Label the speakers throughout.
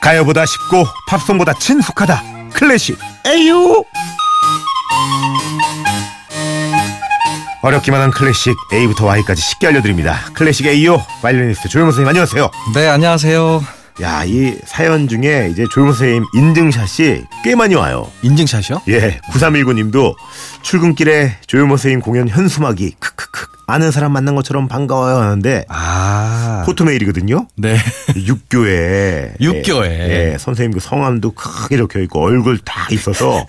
Speaker 1: 가요보다 쉽고 팝송보다 친숙하다 클래식 에유 어렵기만 한 클래식 A부터 Y까지 쉽게 알려드립니다 클래식 A요 바이올리니스트 조용호 선생님 안녕하세요
Speaker 2: 네, 안녕하세요.
Speaker 1: 야 이 사연 중에 이제 조용호 선생님 인증샷이 꽤 많이 와요
Speaker 2: 인증샷이요?
Speaker 1: 예, 9319님도 출근길에 조용호 선생님 공연 현수막이 크크크 아는 사람 만난 것처럼 반가워요 하는데
Speaker 2: 아.
Speaker 1: 포토메일이거든요.
Speaker 2: 네.
Speaker 1: 육교에
Speaker 2: 육교에.
Speaker 1: 예, 예, 선생님 그 성함도 크게 적혀 있고 얼굴 다 있어서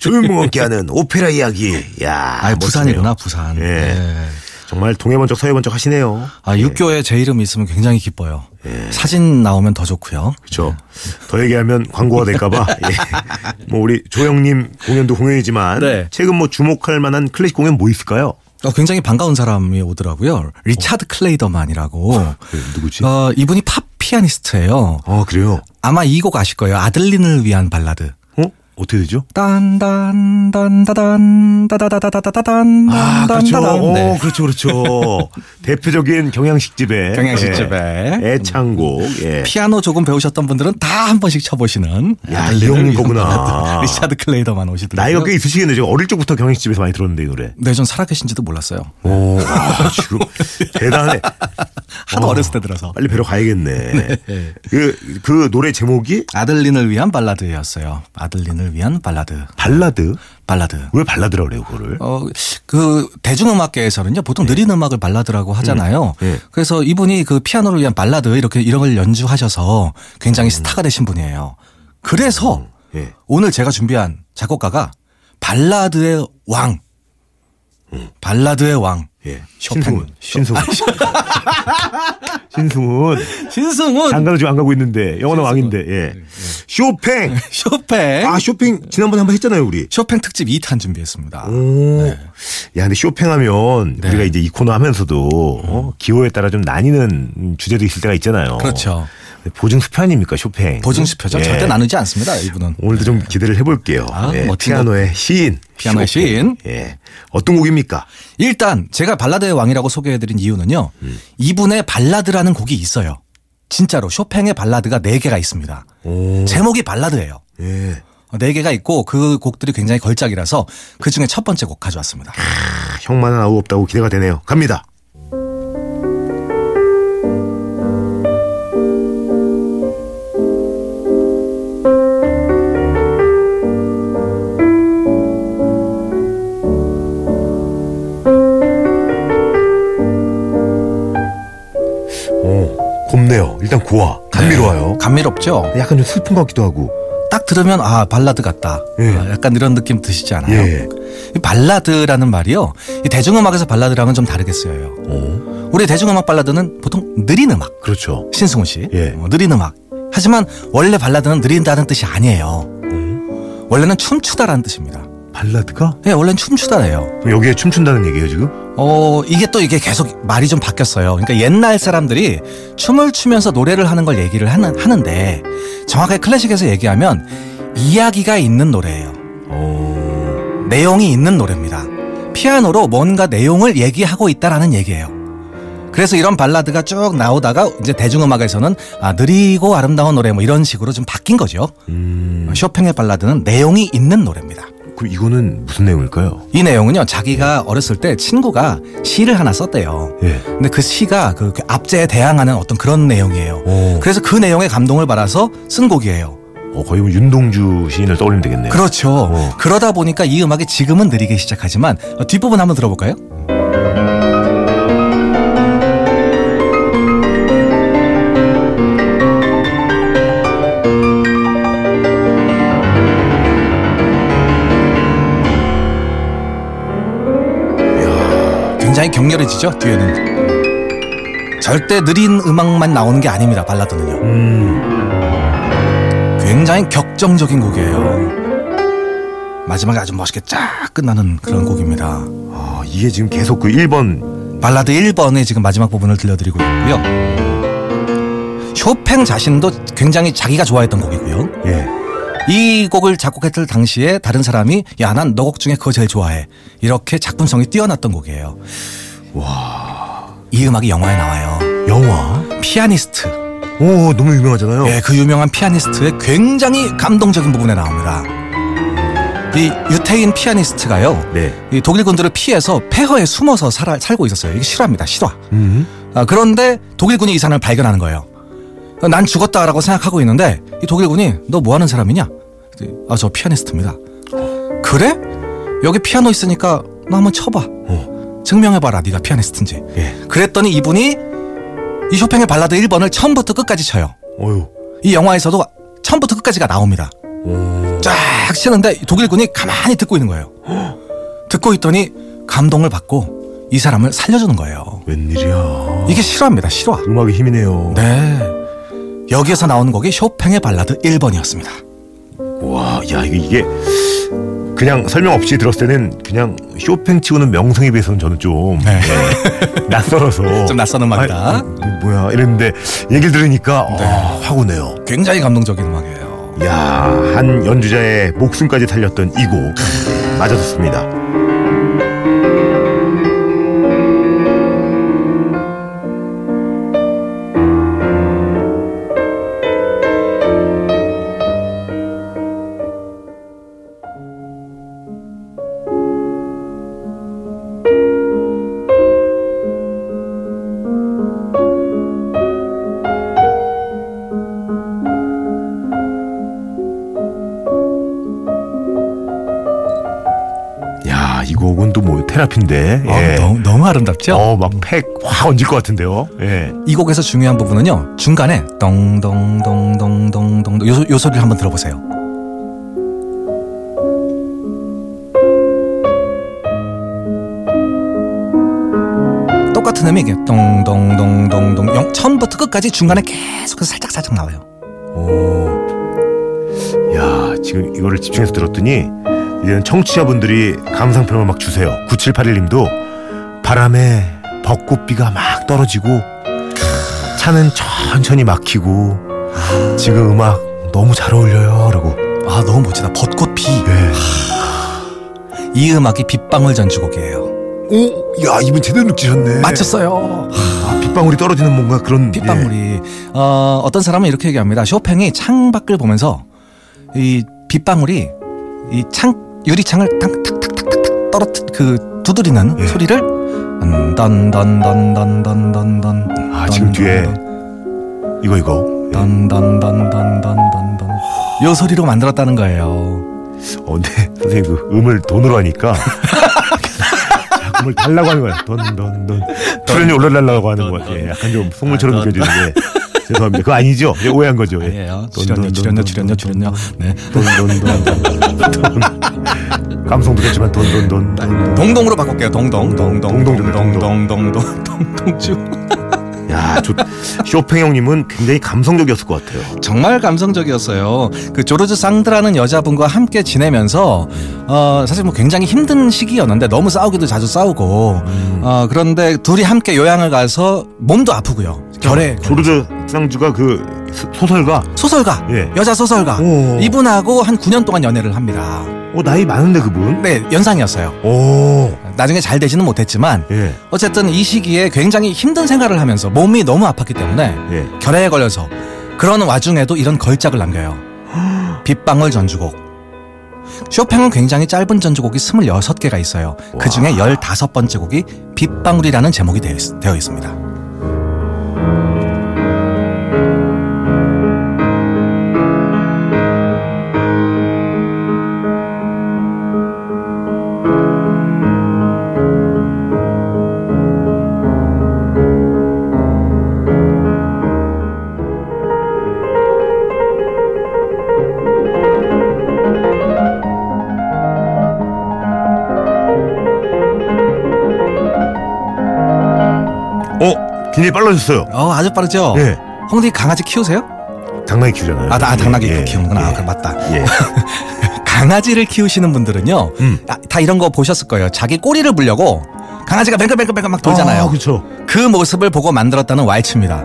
Speaker 1: 조용공 함께하는 오페라 이야기. 야,
Speaker 2: 아,
Speaker 1: 멋지네요.
Speaker 2: 부산이구나, 부산.
Speaker 1: 예.
Speaker 2: 네.
Speaker 1: 정말 동해번쩍 서해번쩍 하시네요.
Speaker 2: 아, 육교에 제 이름이 있으면 굉장히 기뻐요.
Speaker 1: 예.
Speaker 2: 사진 나오면 더 좋고요.
Speaker 1: 그렇죠.
Speaker 2: 네.
Speaker 1: 더 얘기하면 광고가 될까봐. 예. 뭐 우리 조영님 공연도 공연이지만
Speaker 2: 네.
Speaker 1: 최근 뭐 주목할 만한 클래식 공연 뭐 있을까요?
Speaker 2: 어, 굉장히 반가운 사람이 오더라고요. 리차드 클레이더만이라고.
Speaker 1: 예, 누구지?
Speaker 2: 어, 이분이 팝 피아니스트예요.
Speaker 1: 아 그래요.
Speaker 2: 아마 이 곡 아실 거예요. 아들린을 위한 발라드.
Speaker 1: 어? 어떻게 되죠?
Speaker 2: 딴딴딴따단 따다다다다다단
Speaker 1: 아, 그렇죠.
Speaker 2: 딴따단.
Speaker 1: 오,
Speaker 2: 네.
Speaker 1: 그렇죠, 그렇죠. 대표적인 경양식집의
Speaker 2: 경양식집의
Speaker 1: 예, 애창곡. 예.
Speaker 2: 피아노 조금 배우셨던 분들은 다 한 번씩 쳐보시는
Speaker 1: 야,
Speaker 2: 아들린을
Speaker 1: 이 형인
Speaker 2: 위한
Speaker 1: 거구나.
Speaker 2: 발라드. 리차드 클레이더만 오시더라고요.
Speaker 1: 나이가 꽤 있으시겠네. 제가 어릴 적부터 경양식집에서 많이 들었는데 이 노래.
Speaker 2: 네, 전 살아계신지도 몰랐어요.
Speaker 1: 오, 아, 지금 대단해.
Speaker 2: 하도 어. 어렸을 때 들어서.
Speaker 1: 빨리 뵈러 가야겠네. 그, 그 노래 제목이
Speaker 2: 아들린을 위한 발라드였어요. 아들린을 위한 발라드.
Speaker 1: 발라드.
Speaker 2: 발라드.
Speaker 1: 왜 발라드라고 그래요, 그거를?
Speaker 2: 어, 그, 대중음악계에서는요, 보통 느린 음악을 발라드라고 하잖아요.
Speaker 1: 예.
Speaker 2: 그래서 이분이 그 피아노를 위한 발라드, 이렇게 이런 걸 연주하셔서 굉장히 스타가 되신 분이에요. 그래서
Speaker 1: 예.
Speaker 2: 오늘 제가 준비한 작곡가가 발라드의 왕. 음. 발라드의 왕.
Speaker 1: 예.
Speaker 2: 쇼팽.
Speaker 1: 신승훈. 신승훈.
Speaker 2: 네. 신승훈.
Speaker 1: 장가도 지금 안 가고 있는데 영어는 왕인데. 예. 쇼팽.
Speaker 2: 쇼팽.
Speaker 1: 아, 쇼팽 지난번에 한번 했잖아요, 우리.
Speaker 2: 쇼팽 특집 2탄 준비했습니다.
Speaker 1: 오.
Speaker 2: 네.
Speaker 1: 야, 근데 쇼팽하면 우리가 이제 이 코너 하면서도 어? 기호에 따라 좀 나뉘는 주제도 있을 때가 있잖아요.
Speaker 2: 음. 그렇죠.
Speaker 1: 보증 수표 아닙니까, 쇼팽?
Speaker 2: 보증수표죠.
Speaker 1: 예.
Speaker 2: 절대 나누지 않습니다. 이분은.
Speaker 1: 오늘도 좀 기대를 해볼게요.
Speaker 2: 아,
Speaker 1: 예,
Speaker 2: 멋진
Speaker 1: 피아노의 시인.
Speaker 2: 피아노의
Speaker 1: 쇼팽.
Speaker 2: 시인.
Speaker 1: 예. 어떤 곡입니까?
Speaker 2: 일단 제가 발라드의 왕이라고 소개해드린 이유는요.
Speaker 1: 음.
Speaker 2: 이분의 발라드라는 곡이 있어요. 진짜로 쇼팽의 발라드가 4개가 있습니다.
Speaker 1: 오.
Speaker 2: 제목이 발라드예요.
Speaker 1: 예.
Speaker 2: 4개가 있고 그 곡들이 굉장히 걸작이라서 그 중에 첫 번째 곡 가져왔습니다.
Speaker 1: 아, 형만은 아우 없다고 기대가 되네요. 갑니다. 오, 곱네요. 일단 고와 감미로워요.
Speaker 2: 감미롭죠?
Speaker 1: 네. 약간 좀 슬픈 것 같기도 하고.
Speaker 2: 딱 들으면 아 발라드 같다.
Speaker 1: 예.
Speaker 2: 아, 약간 이런 느낌 드시지 않아요?
Speaker 1: 예.
Speaker 2: 이 발라드라는 말이요. 이 대중음악에서 발라드랑은 좀 다르게 쓰여요.
Speaker 1: 오,
Speaker 2: 우리 대중음악 발라드는 보통 느린 음악.
Speaker 1: 그렇죠.
Speaker 2: 신승훈 씨.
Speaker 1: 예.
Speaker 2: 어, 느린 음악. 하지만 원래 발라드는 느린다는 뜻이 아니에요. 원래는 춤추다라는 뜻입니다.
Speaker 1: 발라드가?
Speaker 2: 예, 원래는 춤추다예요.
Speaker 1: 그럼 여기에 춤춘다는 얘기예요 지금?
Speaker 2: 어, 이게 또 이게 계속 말이 좀 바뀌었어요. 그러니까 옛날 사람들이 춤을 추면서 노래를 하는 걸 얘기를 하는, 하는데 정확하게 클래식에서 얘기하면 이야기가 있는 노래예요.
Speaker 1: 어,
Speaker 2: 내용이 있는 노래입니다. 피아노로 뭔가 내용을 얘기하고 있다라는 얘기예요. 그래서 이런 발라드가 쭉 나오다가 이제 대중음악에서는 아, 느리고 아름다운 노래 뭐 이런 식으로 좀 바뀐 거죠.
Speaker 1: 음,
Speaker 2: 쇼팽의 발라드는 내용이 있는 노래입니다.
Speaker 1: 그럼 이거는 무슨 내용일까요?
Speaker 2: 이 내용은요, 자기가 어렸을 때 친구가 시를 하나 썼대요.
Speaker 1: 예.
Speaker 2: 근데 그 시가 그 압제에 대항하는 어떤 그런 내용이에요.
Speaker 1: 오,
Speaker 2: 그래서 그 내용에 감동을 받아서 쓴 곡이에요.
Speaker 1: 어, 거의 뭐 윤동주 시인을 떠올리면 되겠네요.
Speaker 2: 그렇죠.
Speaker 1: 어.
Speaker 2: 그러다 보니까 이 음악이 지금은 느리게 시작하지만 어, 뒷부분 한번 들어볼까요? 굉장히 격렬해지죠 뒤에는 절대 느린 음악만 나오는 게 아닙니다 발라드는요
Speaker 1: 음,
Speaker 2: 굉장히 격정적인 곡이에요. 마지막에 아주 멋있게 쫙 끝나는 그런 곡입니다.
Speaker 1: 아, 이게 지금 계속 그 1번.
Speaker 2: 발라드 1번의 지금 마지막 부분을 들려드리고 있고요. 쇼팽 자신도 굉장히 자기가 좋아했던 곡이고요.
Speaker 1: 예.
Speaker 2: 이 곡을 작곡했을 당시에 다른 사람이 야 난 너 곡 중에 그거 제일 좋아해 이렇게 작품성이 뛰어났던 곡이에요.
Speaker 1: 와,
Speaker 2: 이 음악이 영화에 나와요.
Speaker 1: 영화.
Speaker 2: 피아니스트
Speaker 1: 오, 너무 유명하잖아요.
Speaker 2: 예, 그 유명한 피아니스트의 굉장히 감동적인 부분에 나옵니다. 이 유태인 피아니스트가요.
Speaker 1: 네.
Speaker 2: 이 독일군들을 피해서 폐허에 숨어서 살아, 살고 있었어요. 이게 실화입니다. 실화.
Speaker 1: 음.
Speaker 2: 아, 그런데 독일군이 이 사람을 발견하는 거예요. 난 죽었다라고 생각하고 있는데 이 독일군이 너 뭐 하는 사람이냐? 아, 저 피아니스트입니다. 그래? 여기 피아노 있으니까 너 한번 쳐봐.
Speaker 1: 어.
Speaker 2: 증명해봐라. 네가 피아니스트인지.
Speaker 1: 예.
Speaker 2: 그랬더니 이분이 이 쇼팽의 발라드 1번을 처음부터 끝까지 쳐요.
Speaker 1: 어유.
Speaker 2: 이 영화에서도 처음부터 끝까지가 나옵니다.
Speaker 1: 오.
Speaker 2: 쫙 치는데 독일군이 가만히 듣고 있는 거예요. 듣고 있더니 감동을 받고 이 사람을 살려주는 거예요.
Speaker 1: 웬일이야.
Speaker 2: 이게 실화입니다. 실화.
Speaker 1: 음악의 힘이네요.
Speaker 2: 네. 여기에서 나오는 곡이 쇼팽의 발라드 1번이었습니다.
Speaker 1: 와, 야 이게 이게 그냥 설명 없이 들었을 때는 그냥 쇼팽 치고는 명성에 비해서는 저는 좀
Speaker 2: 네.
Speaker 1: 예, 낯설어서
Speaker 2: 좀 낯선 음악이다.
Speaker 1: 아이, 이 뭐야 이랬는데 얘기를 들으니까 아, 확 오네요.
Speaker 2: 굉장히 감동적인 음악이에요.
Speaker 1: 야 한 연주자의 목숨까지 살렸던 이곡 맞아 듣습니다. 야, 이 곡은 또 뭐 테라피인데.
Speaker 2: 어, 너무, 너무 아름답죠?
Speaker 1: 어, 막 팩 확 얹을 것 같은데요. 예.
Speaker 2: 이 곡에서 중요한 부분은요. 중간에 덩덩덩덩덩덩 요, 소- 요 소리를 한번 들어보세요. 똑같은 음이 이게 덩덩덩덩덩 영- 처음부터 끝까지 중간에 계속해서 살짝 살짝 나와요.
Speaker 1: 오. 야, 지금 이거를 집중해서 들었더니 이제는 청취자분들이 감상평을 막 주세요. 9781님도 바람에 벚꽃비가 막 떨어지고 차는 천천히 막히고 지금 음악 너무 잘 어울려요라고.
Speaker 2: 아 너무 멋지다. 벚꽃 비.
Speaker 1: 네.
Speaker 2: 이 음악이 빗방울 전주곡이에요.
Speaker 1: 오, 야, 이분 제대로 느끼셨네.
Speaker 2: 맞췄어요.
Speaker 1: 아, 빗방울이 떨어지는 뭔가 그런 예.
Speaker 2: 빗방울이 어, 어떤 사람은 이렇게 얘기합니다. 쇼팽이 창밖을 보면서 이 빗방울이 이 창 유리창을 탁탁탁탁탁 떨어뜨 그 두드리는
Speaker 1: 예.
Speaker 2: 소리를 던던던던던던던던
Speaker 1: 아, 지금 뒤에 이거 이거. 예.
Speaker 2: 던던던던던던던 요 소리로 만들었다는 거예요.
Speaker 1: 어, 근데 선생님 그 음을 돈으로 하니까 자금을 달라고 하는 거야. 돈돈돈 출연료 올려달라고 하는 거 같아요. 약간 좀 속물처럼
Speaker 2: 돈,
Speaker 1: 느껴지는데 죄송합니다. 그거 아니죠? 예, 오해한 거죠. 예.
Speaker 2: 아니에요.
Speaker 1: 돈,
Speaker 2: 출연료
Speaker 1: 돈,
Speaker 2: 출연료
Speaker 1: 돈,
Speaker 2: 출연료
Speaker 1: 돈,
Speaker 2: 출연료. 네.
Speaker 1: 돈돈돈 돈. 감성도 좋지만 돈돈돈
Speaker 2: 동동으로 바꿀게요. 동동 동동
Speaker 1: 동동 좋네, 동동.
Speaker 2: 동동동동 동동주.
Speaker 1: 야, 저, 쇼팽 형님은 굉장히 감성적이었을 것 같아요.
Speaker 2: 정말 감성적이었어요. 그 조르즈 상드라는 여자분과 함께 지내면서 어 사실 뭐 굉장히 힘든 시기였는데 너무 싸우기도 자주 싸우고 어 그런데 둘이 함께 요양을 가서 몸도 아프고요. 결에
Speaker 1: 조르드 상주가 그 소- 소설가.
Speaker 2: 소설가
Speaker 1: 예.
Speaker 2: 여자 소설가
Speaker 1: 오.
Speaker 2: 이분하고 한 9년 동안 연애를 합니다.
Speaker 1: 어, 나이 많은데 그분.
Speaker 2: 네 연상이었어요.
Speaker 1: 오.
Speaker 2: 나중에 잘 되지는 못했지만
Speaker 1: 예.
Speaker 2: 어쨌든 이 시기에 굉장히 힘든 생활을 하면서 몸이 너무 아팠기 때문에
Speaker 1: 예.
Speaker 2: 결핵에 걸려서 그런 와중에도 이런 걸작을 남겨요. 빗방울 전주곡. 쇼팽은 굉장히 짧은 전주곡이 26개가 있어요. 그 중에 15번째 곡이 빗방울이라는 제목이 되어, 있, 되어 있습니다.
Speaker 1: 어, 굉장히 빨라졌어요.
Speaker 2: 어, 아주 빠르죠?
Speaker 1: 예.
Speaker 2: 홍디 강아지 키우세요?
Speaker 1: 당나귀 키우잖아요.
Speaker 2: 아, 나, 아 당나귀
Speaker 1: 예,
Speaker 2: 키우는구나. 아,
Speaker 1: 예.
Speaker 2: 그럼 맞다.
Speaker 1: 예.
Speaker 2: 강아지를 키우시는 분들은요,
Speaker 1: 음.
Speaker 2: 아, 다 이런 거 보셨을 거예요. 자기 꼬리를 물려고 강아지가 뱅글뱅글뱅글 막 돌잖아요.
Speaker 1: 아, 그렇죠.
Speaker 2: 그 모습을 보고 만들었다는 왈츠입니다.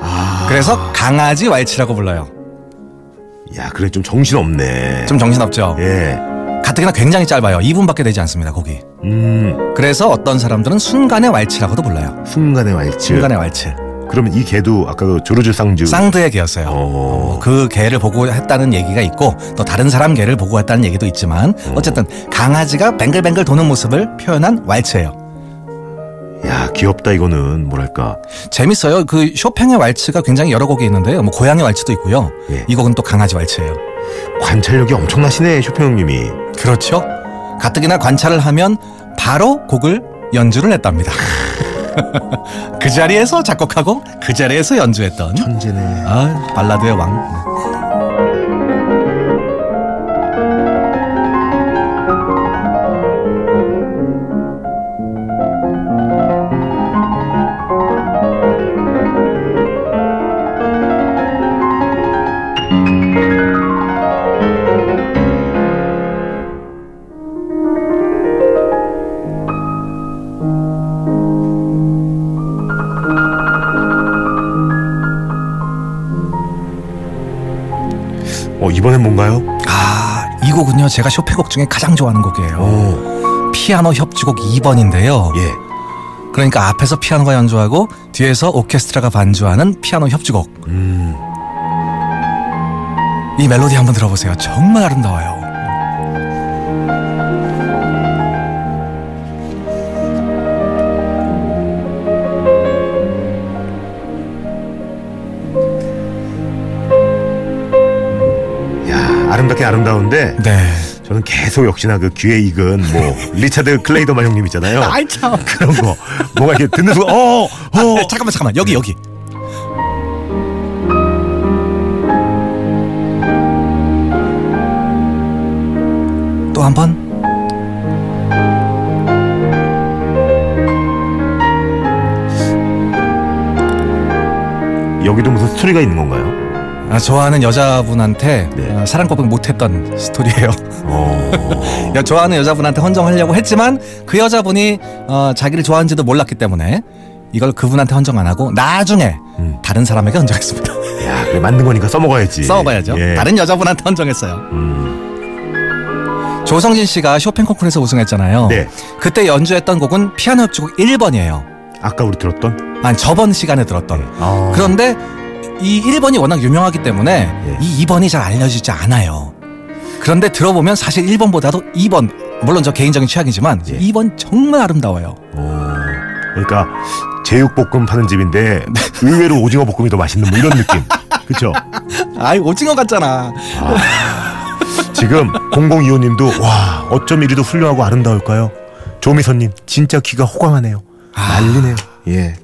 Speaker 2: 아. 그래서 강아지 왈츠라고 불러요.
Speaker 1: 야, 그래 좀 정신 없네.
Speaker 2: 좀 정신없죠.
Speaker 1: 예.
Speaker 2: 가뜩이나 굉장히 짧아요. 2분밖에 되지 않습니다. 거기.
Speaker 1: 음,
Speaker 2: 그래서 어떤 사람들은 순간의 왈츠라고도 불러요.
Speaker 1: 순간의 왈츠.
Speaker 2: 순간의 왈츠.
Speaker 1: 그러면 이 개도 아까 그 조르주 쌍주
Speaker 2: 쌍드의 개였어요.
Speaker 1: 어.
Speaker 2: 그 개를 보고 했다는 얘기가 있고 또 다른 사람 개를 보고 했다는 얘기도 있지만 어쨌든 강아지가 뱅글뱅글 도는 모습을 표현한 왈츠예요. 그
Speaker 1: 야 귀엽다 이거는 뭐랄까
Speaker 2: 재밌어요. 그 쇼팽의 왈츠가 굉장히 여러 곡이 있는데요. 뭐 고양이 왈츠도 있고요.
Speaker 1: 예.
Speaker 2: 이 곡은 또 강아지 왈츠예요.
Speaker 1: 관찰력이 엄청나시네 쇼팽 형님이
Speaker 2: 그렇죠. 가뜩이나 관찰을 하면 바로 곡을 연주를 했답니다. 그 자리에서 작곡하고 그 자리에서 연주했던
Speaker 1: 천재네
Speaker 2: 아, 발라드의 왕.
Speaker 1: 어 이번엔 뭔가요?
Speaker 2: 아, 이 곡은요. 제가 쇼팽곡 중에 가장 좋아하는 곡이에요.
Speaker 1: 어
Speaker 2: 피아노 협주곡 2번인데요.
Speaker 1: 예.
Speaker 2: 그러니까 앞에서 피아노가 연주하고 뒤에서 오케스트라가 반주하는 피아노 협주곡.
Speaker 1: 음.
Speaker 2: 이 멜로디 한번 들어보세요. 정말 아름다워요.
Speaker 1: 야 아름답긴 아름다운데
Speaker 2: 네.
Speaker 1: 저는 계속 역시나 그 귀에 익은 뭐 리차드 클레이더만 형님 있잖아요
Speaker 2: 참.
Speaker 1: 그런 거 뭔가 이렇게 듣는 순간 어어
Speaker 2: 어, 잠깐만 잠깐만. 여기 여기. 또 한 번.
Speaker 1: 여기도 무슨 스토리가 있는 건가요?
Speaker 2: 아, 좋아하는 여자분한테
Speaker 1: 네.
Speaker 2: 아, 사랑 고백 못했던 스토리예요.
Speaker 1: 어
Speaker 2: 여- 좋아하는 여자분한테 헌정하려고 했지만 그 여자분이 어, 자기를 좋아하는지도 몰랐기 때문에 이걸 그분한테 헌정 안 하고 나중에
Speaker 1: 음.
Speaker 2: 다른 사람에게 헌정했습니다.
Speaker 1: 야, 그래 만든 거니까 써먹어야지
Speaker 2: 싸워봐야죠.
Speaker 1: 예.
Speaker 2: 다른 여자분한테 헌정했어요.
Speaker 1: 음,
Speaker 2: 조성진 씨가 쇼팽 콩쿠르에서 우승했잖아요.
Speaker 1: 네
Speaker 2: 그때 연주했던 곡은 피아노 협주곡 1번이에요.
Speaker 1: 아까 우리 들었던
Speaker 2: 아니 저번 시간에 들었던.
Speaker 1: 아.
Speaker 2: 그런데 이 1번이 워낙 유명하기 때문에
Speaker 1: 예.
Speaker 2: 이 2번이 잘 알려지지 않아요. 그런데 들어보면 사실 1번보다도 2번 물론 저 개인적인 취향이지만
Speaker 1: 예.
Speaker 2: 2번 정말 아름다워요.
Speaker 1: 어, 그러니까 제육볶음 파는 집인데 의외로 오징어 볶음이 더 맛있는 뭐 이런 느낌. 그쵸?
Speaker 2: 아이 오징어 같잖아.
Speaker 1: 지금 0025님도 와 어쩜 이리도 훌륭하고 아름다울까요? 조미선님 진짜 귀가 호강하네요. 난리네요. 예.